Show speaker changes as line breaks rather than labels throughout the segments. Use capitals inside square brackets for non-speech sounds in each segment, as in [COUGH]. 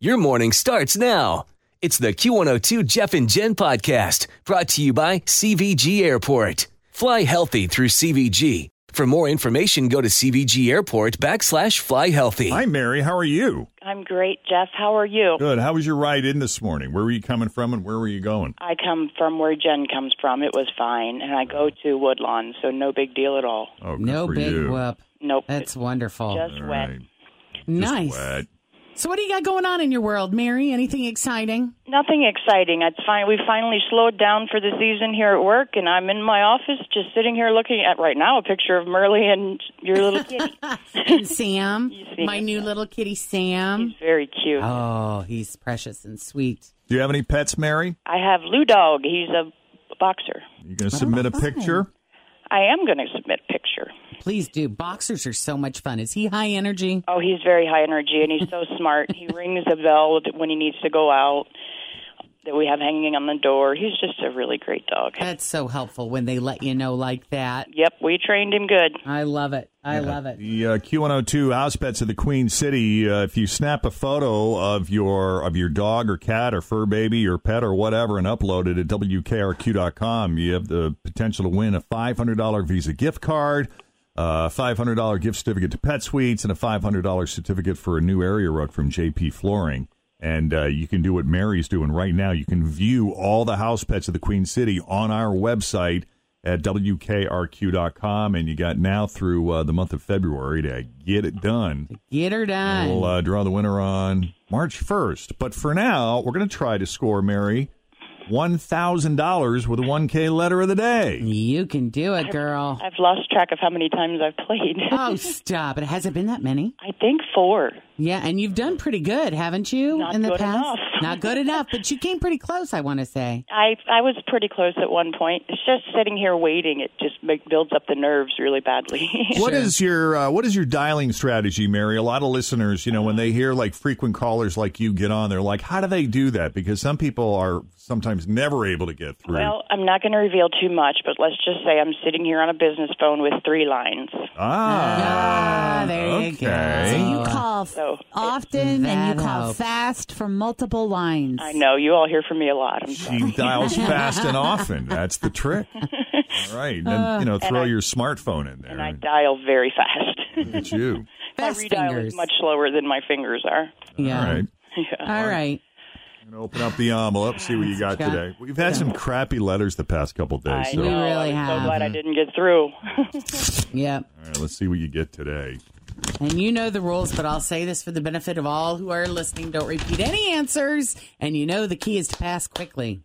Your morning starts now. It's the Q102 Jeff and Jen podcast brought to you by CVG Airport. Fly healthy through CVG. For more information, go to CVG Airport backslash fly healthy.
Hi, Mary. How are you?
I'm great, Jeff. How are you?
Good. How was your ride in this morning? Where were you coming from and where were you going?
I come from where Jen comes from. It was fine. And I go to Woodlawn, so no big deal at all.
Oh, good
No
for
big
you.
whoop.
Nope.
That's
It's
wonderful.
Just
All
wet.
right. Just
nice.
wet.
So, what do you got going on in your world, Mary?
[LAUGHS]
Anything exciting?
Nothing exciting. It's fine. We finally slowed down for the season here at work, and I'm in my office just sitting here looking at right now a picture of Merle and your
[LAUGHS]
little kitty.
And Sam,
see
my new little kitty Sam.
He's very cute.
Oh, he's precious and sweet.
Do you have any pets, Mary?
I have Lou Dog. He's a boxer.
You going to submit a
fun.
picture?
I am going to submit a picture.
Please do. Boxers are so much fun. Is he high energy?
Oh, he's very high energy, and he's so smart. He rings the bell when he needs to go out that we have hanging on the door. He's just a really great dog.
That's so helpful when they let you know like that.
Yep, we trained him good.
I love it. I love it.
The uh, Q102 house pets of the Queen City. Uh, if you snap a photo of your of your dog or cat or fur baby or pet or whatever and upload it at wkrq.com, you have the potential to win a $500 Visa gift card, uh, a $500 gift certificate to Pet Suites, and a $500 certificate for a new area rug from JP Flooring. And uh, you can do what Mary's doing right now. You can view all the house pets of the Queen City on our website at wkrq.com. And you got now through uh, the month of February to get it done.
Get her done.
We'll uh, draw the winner on March 1st. But for now, we're going to try to score Mary $1,000 with a 1K letter of the day.
you can do it, girl.
I've lost track of how many times I've played.
Oh, stop. It hasn't been that many.
[LAUGHS] I think four.
Yeah, and you've done pretty good, haven't you?
Not
in the
good
past?
enough.
Not good enough, but you came pretty close, I want
[LAUGHS]
to say.
I I was pretty close at one point. It's just sitting here waiting. It just make, builds up the nerves really badly. [LAUGHS]
What is your uh, what is your dialing strategy, Mary? A lot of listeners, you know, when they hear like frequent callers like you get on, they're like, "How do they do that?" Because some people are sometimes never able to get through.
well, I'm not going to reveal too much, but let's just say I'm sitting here on a business phone with three lines.
Ah,
Ah, there you go.
okay.
So you call f-
So-
often
That
and you call
helps.
fast from multiple lines.
I know you all hear from me a lot. I'm sorry.
She dials fast and often. That's the trick. All right, and then, you know, throw your smartphone in there.
And I [LAUGHS] dial very fast.
Look at you.
my
Fast
redial
fingers.
is much slower than my fingers are.
yeah.
All right.
All right.
I'm gonna open up the envelope, see what you got
Yeah.
today. We've had some crappy letters the past couple days.
I
So,
know.
all
really
I'm
have.
so glad I didn't get through.
Yep.
right, let's see what you get today.
And you know the rules, but I'll say this for the benefit of all who are listening. Don't repeat any answers. And you know the key is to pass quickly.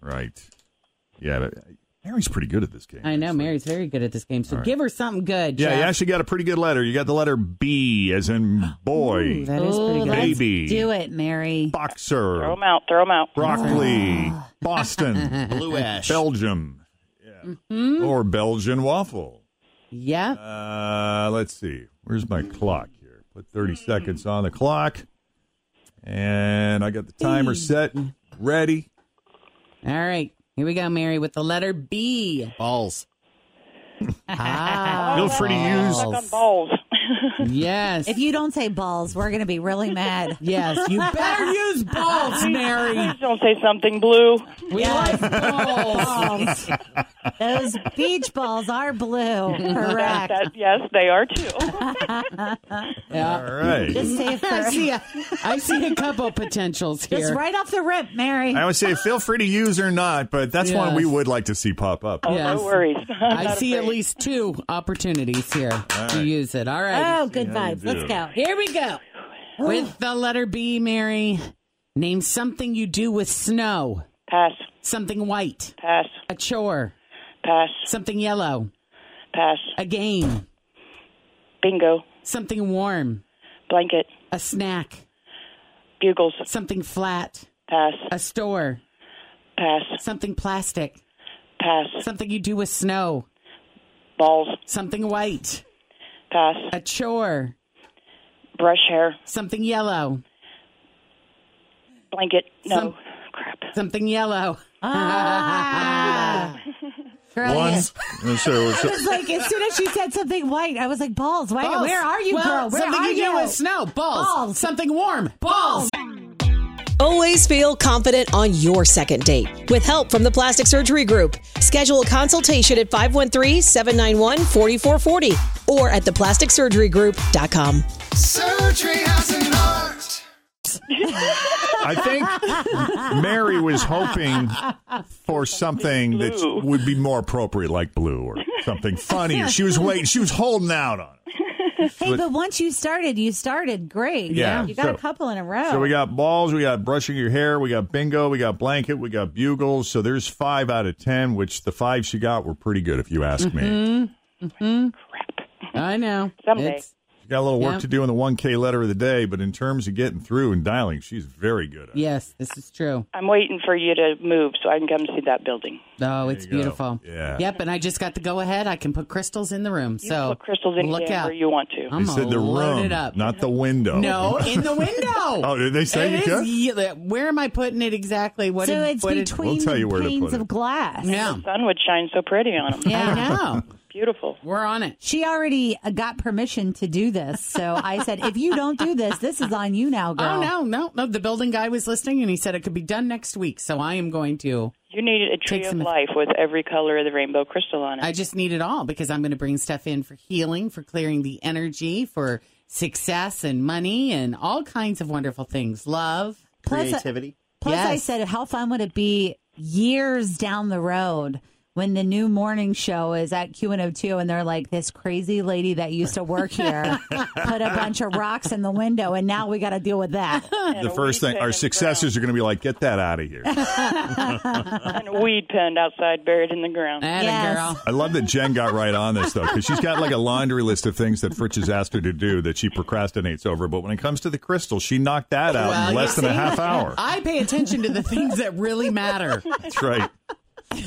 Right. Yeah, but Mary's pretty good at this game.
I know Mary's very good at this game, so give her something good.
Yeah, you
Jeff.
actually got a pretty good letter. You got the letter B, as in boy,
Ooh, that is pretty
Ooh,
good.
let's
Baby.
do it, Mary.
boxer,
Throw them out. Throw them out.
broccoli, Boston, blue ash, Belgium, yeah. or Belgian waffle.
Yep.
Uh, let's see. Where's my clock here? Put 30 seconds on the clock. And I got the timer set, ready.
All right. Here we go, Mary, with the letter B.
Balls.
Ah,
Feel free to
Stuck
use
on balls.
Yes.
If you don't say balls, we're going to be really mad.
yes, you better use balls,
[LAUGHS]
Mary.
Please don't say something blue.
[LAUGHS] We like balls.
Balls. [LAUGHS] Those beach balls
[LAUGHS]
are blue. Correct.
That, yes, they are too.
All right.
Just
[LAUGHS]
say it
I
first.
see, a, I see a couple potentials here.
Just right off the rip, Mary.
I would say feel free to use or not, but that's one we
Yes.
would like to see pop up.
Oh,
Yes.
No worries. [LAUGHS] I'm
I
not
see at
afraid.
least two opportunities here to
right.
use it. All right.
Oh, good vibes. Let's go.
Here we go. With the letter B, Mary, name something you do with snow.
Pass,
Something white.
pass,
A chore.
pass,
Something yellow.
pass.
A game.
Bingo.
Something warm.
Blanket.
A snack.
Bugles.
Something flat.
Pass,
A store.
pass,
Something plastic.
pass.
Something you do with snow.
Balls.
Something white.
Pass.
A chore.
Brush hair.
Something yellow.
Blanket. No.
Some-
Crap.
Something yellow. [LAUGHS]
Ah.
One.
Brilliant.
So- so-
It's like as soon as she said something white, I was like, balls. Why,
Balls.
Where are you,
well,
girl? Where
something
are
you
you?
do with snow. Balls.
Balls.
Something warm. Balls.
Always feel confident on your second date with help from the Plastic Surgery Group. Schedule a consultation at 513 791 4440 or at theplasticsurgerygroup.com.
Surgery has an art.
I think Mary was hoping for something that would be more appropriate, like blue or something funnier. She was waiting. She was holding out on it.
Hey, but once you started, you started great.
Yeah.
You got
So-
a couple in a row.
So we
Oh.
got balls, we got brushing your hair, we got bingo, we got blanket, we got bugles. So there's five out of ten, which the five she got were pretty good, if you ask
Mm-hmm.
me.
Crap.
I know.
Someday.
It's-
She got a little work
Yeah.
to do in the 1K letter of the day, but in terms of getting through and dialing, she's very good at it.
Yes, this is true.
I'm waiting for you to move so I can come see that building.
Oh, it's
you go.
beautiful.
Yeah.
Yep, and I just got the go ahead. I can put crystals in the room.
You
so
can put crystals in
look out.
where you want to.
I'm
they said
gonna
the
load
room,
it up.
not the window. [LAUGHS]
no, in the window.
Oh, did they say
It
you
is
could?
ye- Where am I putting it exactly? What
so
did-
it's
what did-
between
We'll tell
the
you where to
panes
put it.
of glass.
Yeah.
sun would shine so pretty on them.
Yeah.
I know.
Beautiful.
We're on it.
She already uh, got permission to do this. So I said, if you don't do this, this is on you now, girl.
Oh no, no, no! The building guy was listening, and he said it could be done next week. So I am going to.
You need a tree
Take
of
some-
life with every color of the rainbow crystal on it.
I just need it all because I'm going to bring stuff in for healing, for clearing the energy, for success and money, and all kinds of wonderful things. Love.
Plus,
Creativity.
Plus, I
Yes.
said, how fun would it be years down the road when the new morning show is at QN02 and they're like, this crazy lady that used to
[LAUGHS]
work here put a bunch of rocks in the window and now we got to deal with that.
The first thing, our successors are going to be like, get that out of here. [LAUGHS]
and a weed pen outside buried in the ground.
Atta
Yes.
girl.
I love that Jen got right on this though, because she's got like a laundry list of things that Fritz has asked her to do that she procrastinates over. But when it comes to the crystal, she knocked that out
Well,
in less
you
than a
see,
half hour.
I pay attention to the things that really
[LAUGHS]
matter.
That's right. All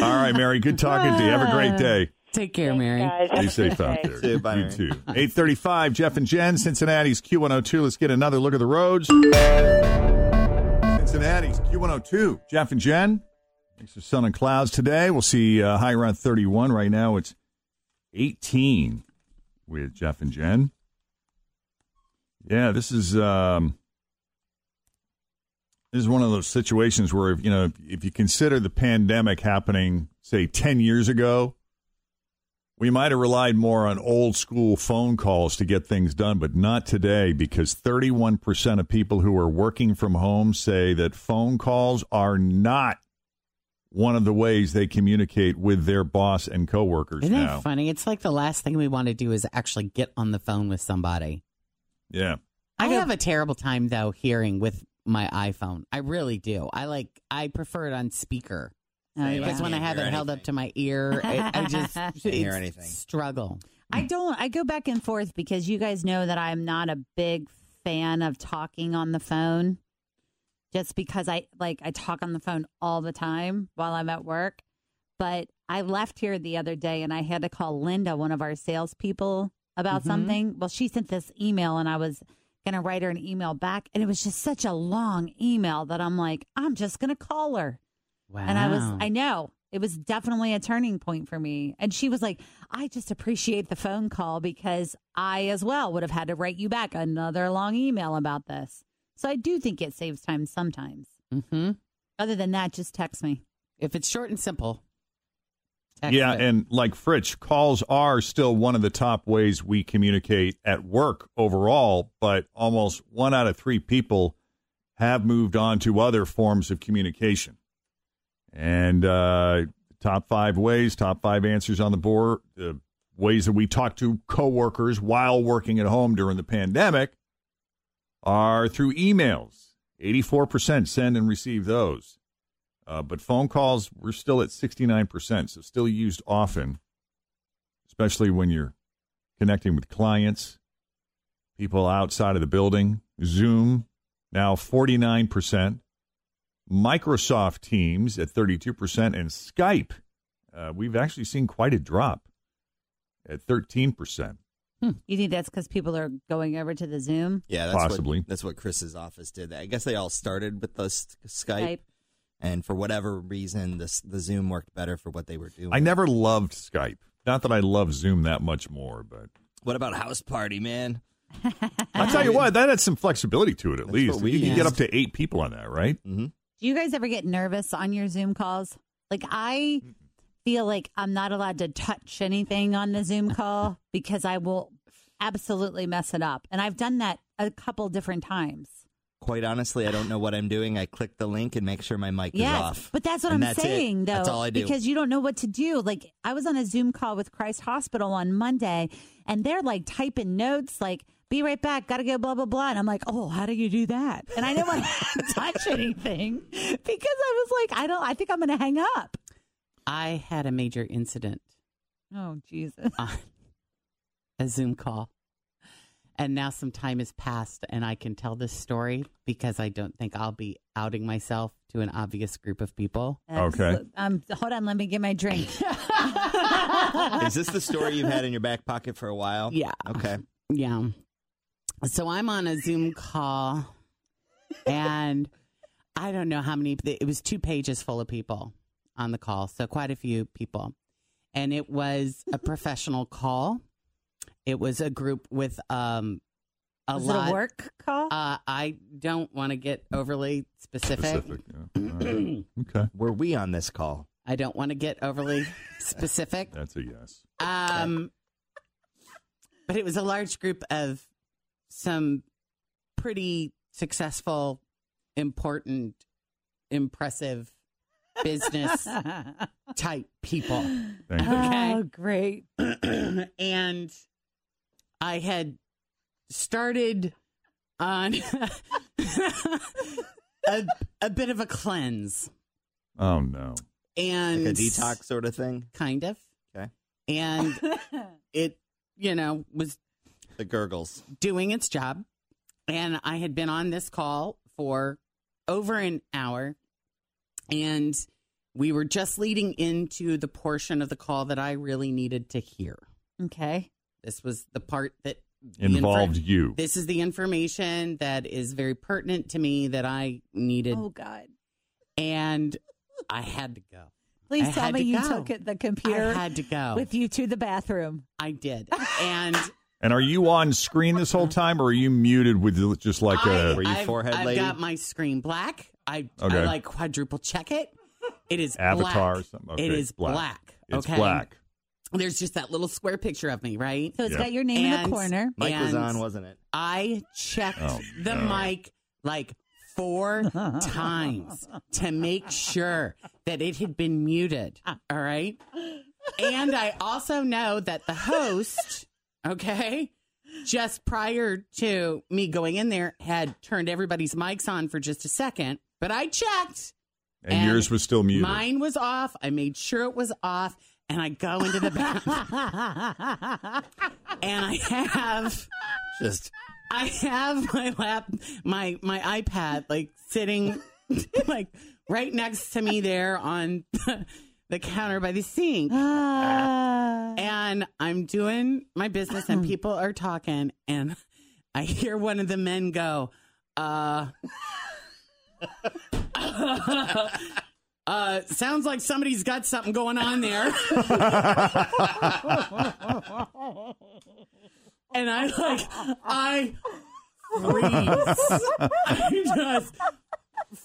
right, Mary. Good talking to you. Have a great day.
Take care, Mary.
Guys, have
Be
a
safe
good
out
day.
there.
See you, bye,
You
Mary.
too. Eight thirty-five. Jeff and Jen, Cincinnati's Q one hundred two. Let's get another look at the roads. Cincinnati's Q one hundred two. Jeff and Jen. Thanks for sun and clouds today. We'll see uh, high around thirty-one. Right now it's eighteen with Jeff and Jen. Yeah, this is um, this is one of those situations where you know if you consider the pandemic happening, say ten years ago, we might have relied more on old school phone calls to get things done, but not today because 31% of people who are working from home say that phone calls are not one of the ways they communicate with their boss and coworkers
Isn't
now.
that funny? It's like the last thing we want to do is actually get on the phone with somebody.
Yeah.
I have a terrible time though hearing with my iPhone. I really do. I like I prefer it on speaker
Oh, yeah.
because when I have it
hear
held up
anything.
to my ear, I, I just
Can't
hear
it's
anything.
Struggle.
I don't. I go back and forth because you guys know that I'm not a big fan of talking on the phone. Just because I like I talk on the phone all the time while I'm at work, but I left here the other day and I had to call Linda, one of our salespeople, about something. Well, she sent this email and I was gonna write her an email back, and it was just such a long email that I'm like, I'm just gonna call her.
Wow.
And I was, I know. It was definitely a turning point for me. And she was like, I just appreciate the phone call because I as well would have had to write you back another long email about this. So I do think it saves time sometimes.
Mm-hmm.
Other than that, just text me.
If it's short and simple. text
Yeah,
it.
and like Fritch, calls are still one of the top ways we communicate at work overall, but almost one out of three people have moved on to other forms of communication. And uh, top five ways, top five answers on the board, uh, ways that we talk to coworkers while working at home during the pandemic are through emails. 84% send and receive those. Uh, but phone calls, we're still at 69%, so still used often, especially when you're connecting with clients, people outside of the building. Zoom, now 49%. Microsoft Teams at 32%, and Skype, uh, we've actually seen quite a drop at 13%.
You think that's because people are going over to the Zoom?
Yeah, that's
Possibly.
What, that's what Chris's office did. I guess they all started with the s- Skype, and for whatever reason, the s- the Zoom worked better for what they were doing.
I never loved Skype. Not that I love Zoom that much more, but
What about house party, man?
I'll tell you what, that had some flexibility to it at
That's
least.
what we
You can get
used.
up to eight people on that, right?
Do you guys ever get nervous on your Zoom calls? Like, I feel like I'm not allowed to touch anything on the Zoom call because I will absolutely mess it up. And I've done that a couple different times.
Quite honestly, I don't know what I'm doing. I click the link and make sure my mic is
Yes,
off.
but that's what
And
I'm
that's it.
saying, though,
That's all I do.
because you don't know what to do. Like I was on a Zoom call with Christ Hospital on Monday, and they're like typing notes, like "Be right back, gotta go," blah blah blah, and I'm like, "Oh, how do you do that?" And I didn't want to [LAUGHS] touch anything because I was like, "I don't. I think I'm gonna hang up."
I had a major incident
Oh Jesus!
on [LAUGHS] a Zoom call. And now some time has passed, and I can tell this story because I don't think I'll be outing myself to an obvious group of people.
Okay.
Absolute- Um, hold on, let me get
[LAUGHS]
my drink. [LAUGHS]
Is this the story you've had in your back pocket for a while?
Yeah.
Okay.
Yeah. So I'm on a Zoom call, and I don't know how many, it was two pages full of people on the call. So quite a few people. And it was
[LAUGHS]
a professional call, it was a group with um, a
Was
lot
it a work call?
Uh, I don't want to get overly specific.
Specific. yeah.
[CLEARS THROAT]
All right. okay.
Were we on this call?
I don't want to get overly specific.
That's a yes.
Um, but it was a large group of some pretty successful, important, impressive business type people.
Thank
[CLEARS THROAT]
you.
Okay.
Oh, great.
and I had started on [LAUGHS] a, a bit of a cleanse
Oh, no.
and
Like a detox sort of thing?
kind of.
Okay.
[LAUGHS]
And it, you know, was
The gurgles.
doing its job. And I had been on this call for over an hour. And we were just leading into the portion of the call that I really needed to hear.
Okay.
This was the part that the infor-
Involved you.
this is the information that is very pertinent to me that I needed.
Oh God!
And I had to go.
Please
I
tell
had
me
to
you
go.
took it, the computer
I had to go.
with you to the bathroom.
I did. And
And are you on screen this whole time, or are you muted with just like
I,
a?
Were you
I've,
forehead
I've
lady?
got my screen black. I, I
Okay.
like quadruple check it. It is
Avatar
black.
or something? Okay,
it is
black.
black.
It's
okay,
black.
There's just that little square picture of me, right?
So it's
Yeah.
got your name in
And- [LAUGHS]
the corner.
Mike was
And
on, wasn't it?
I checked
Oh,
the
no.
mic like
[LAUGHS]
four times to make sure that it had been muted. All right. And I also know that the host, okay, just prior to me going in there had turned everybody's mics on for just a second, but I checked.
And,
And
yours was still muted.
Mine was off. I made sure it was off. And I go into the bathroom [LAUGHS] and I have.
Just
I have my lap, my my iPad, like sitting, [LAUGHS] like right next to me there on [LAUGHS] the, counter by the sink,
Ah.
and I'm doing my business, and people are talking, and I hear one of the men go, "Uh," [LAUGHS] Uh, sounds like somebody's got something going on there. [LAUGHS] and I like, I freeze. [LAUGHS] I just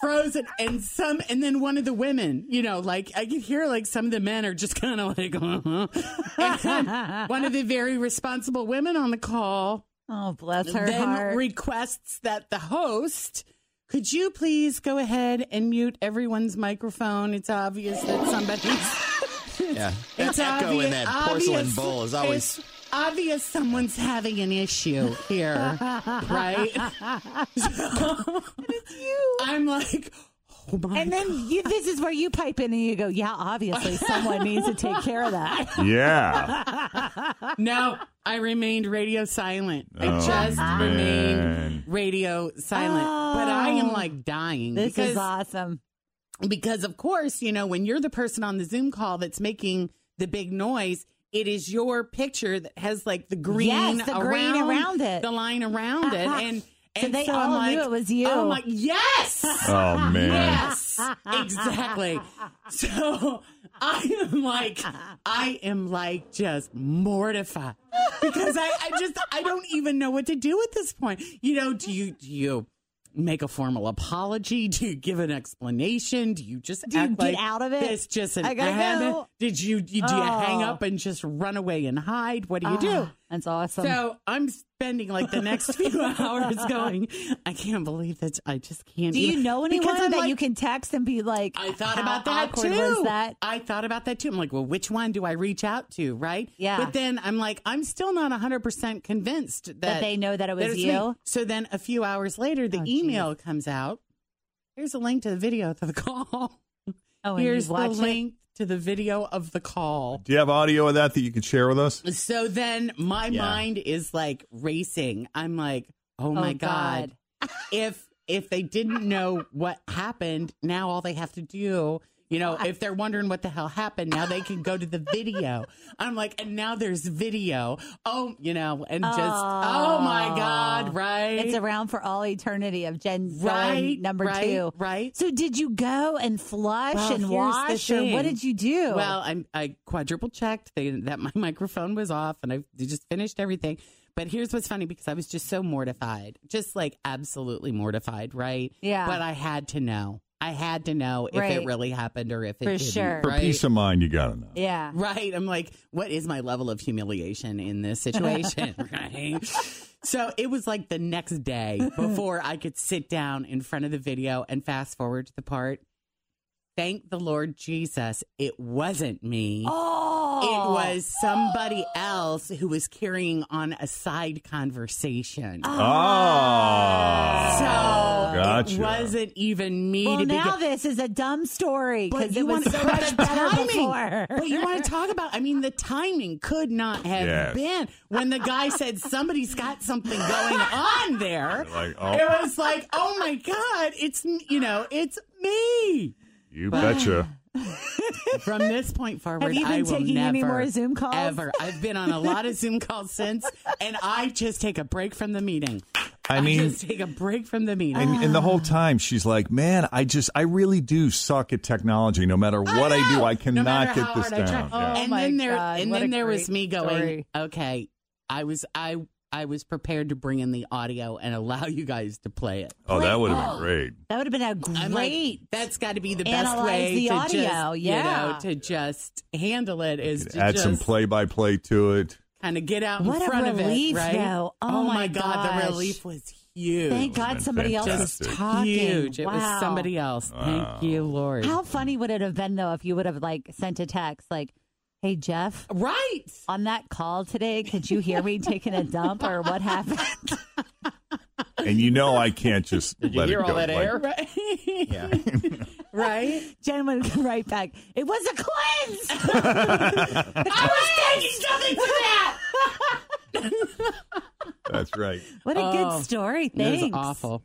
frozen. And some, and then one of the women, you know, like I could hear like some of the men are just kind of like, [LAUGHS] uh-huh. And one of the very responsible women on the call
Oh, bless her
then
heart.
requests that the host could you please go ahead and mute everyone's microphone it's obvious that somebody's
[LAUGHS] Yeah. That echo in that porcelain bowl is always-
it's obvious someone's having an issue here right i'm like oh my
and then you, this is where you pipe in and you go, yeah, obviously someone needs to take care
[LAUGHS]
of that.
Yeah.
no i remained radio silent i
Oh,
just
man.
remained radio silent but i am like dying
Oh. This
because
is awesome.
because of course you know when you're the person on the zoom call that's making the big noise it is your picture that has like the green,
Yes, the green around it.
the line around it
Uh-huh.
and
So
and
they
so
all
I'm
knew
like,
it was you.
I'm like, [LAUGHS]
[LAUGHS]
yes,
Oh man.
yes, exactly. So I am like, I am like just mortified because I, I just I don't even know what to do at this point. You know, do you do you make a formal apology? Do you give an explanation? Do you just
Do you
act
get
like
out of it?
It's just an
I gotta
habit.
go.
Did you, you do you hang
Oh.
up and just run away and hide? What do you do?
Ah, That's awesome.
So I'm spending like the
[LAUGHS]
next few hours going, I can't believe that I just can't.
do you
even-"
know
Because
anyone
I'm
that
like,
you can text and be like,
I thought
how
about that
awkward
too.
was that?
I thought about that too. I'm like, well, which one do I reach out to, right?
Yeah.
But then I'm like, I'm still not 100% convinced that,
That they know that it was
it's me.
you?
So then a few hours later, the
Oh, geez.
email comes out. Here's a link to the video of the [LAUGHS] call.
Oh, and
Here's
you
the
watch it.
link to the video of the call.
Do you have audio of that that you could share with us?
So then my
Yeah.
mind is like racing. I'm like, oh my god. if if they didn't know what happened, now all they have to do, you know, if they're wondering what the hell happened, now they can go to the video. I'm like, and now there's video. Oh, you know, and just oh, my god, right?
It's around for all eternity of Jen
Right,
right, number
right,
two.
right.
So did you go and flush
Well,
and
here's the
wash or what
thing.
did you do?
Well, I I quadruple checked they, that [LAUGHS] my microphone was off, and I just finished everything. But here's what's funny because I was just so mortified, just like absolutely mortified, right?
Yeah.
But I had to know. I had to know if
Right.
it really happened or if it
For
didn't,
sure.
For
right?
peace of mind, you gotta know.
yeah.
Right. I'm like, what is my level of humiliation in this situation? right. So it was like the next day before I could sit down in front of the video and fast forward to the part. Thank the Lord Jesus, it wasn't me.
Oh,
It was somebody else who was carrying on a side conversation.
Oh. Ah.
so
gotcha.
it wasn't even me
Well,
to
now
begin-
this is a dumb story
But
because
you
it was
wanna talk
so
about
much
the
better
timing.
before.
But you want to talk about? I mean, the timing could not have
Yes.
been when the guy said somebody's got something going on there.
Like,
It
oh,
was like, oh my god, it's you know, it's me.
you betcha.
From this point forward,
Have you been
I will
taking
never,
any more Zoom calls?
Ever, I've been on a lot of Zoom calls since, and I just take a break from the meeting.
I mean,
just take a break from the meeting.
and, and the whole time she's like, "Man, I just, I really do suck at technology. No matter what I, do, I
No
cannot
matter
get
how
this
hard I try.
down." Yeah.
Oh
and
my
then there,
God,
and
what a
then there was
great
me going,
story.
okay, I was, I, I was prepared to bring in the audio and allow you guys to play it.
Oh, that would have been
Oh.
great.
that would have been a
I'm like,
great.
that's got to be the best
Analyze
way
the
to
audio,
just, you
yeah.
know, to just handle it is to
Add
just
some play-by-play to it.
kind of get out
What a
in front
relief,
of it, right?
though. Oh my
my god,
gosh.
the relief was huge.
Thank
would've
God
been
somebody else
fantastic.
is talking.
Huge. It
wow.
was somebody else. Thank you, Lord.
How funny would it have been though if you would have like sent a text like, "Hey Jeff,
right.
on that call today, could you hear me taking a dump or what happened?" [LAUGHS]
And you know, I can't
[LAUGHS]
just let it go. like-
Right.
[LAUGHS]
Yeah.
[LAUGHS] right?
Jen would come right back. It was a
[LAUGHS]
cleanse.
I was taking something to [LAUGHS] that.
That's
[LAUGHS]
right.
What a
Oh,
good story. Thanks.
It was awful.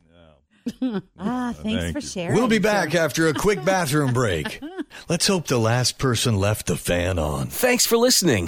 Ah, thanks
Thank
for
you.
sharing.
We'll be back after a quick bathroom break. Let's hope the last person left the fan on.
Thanks for listening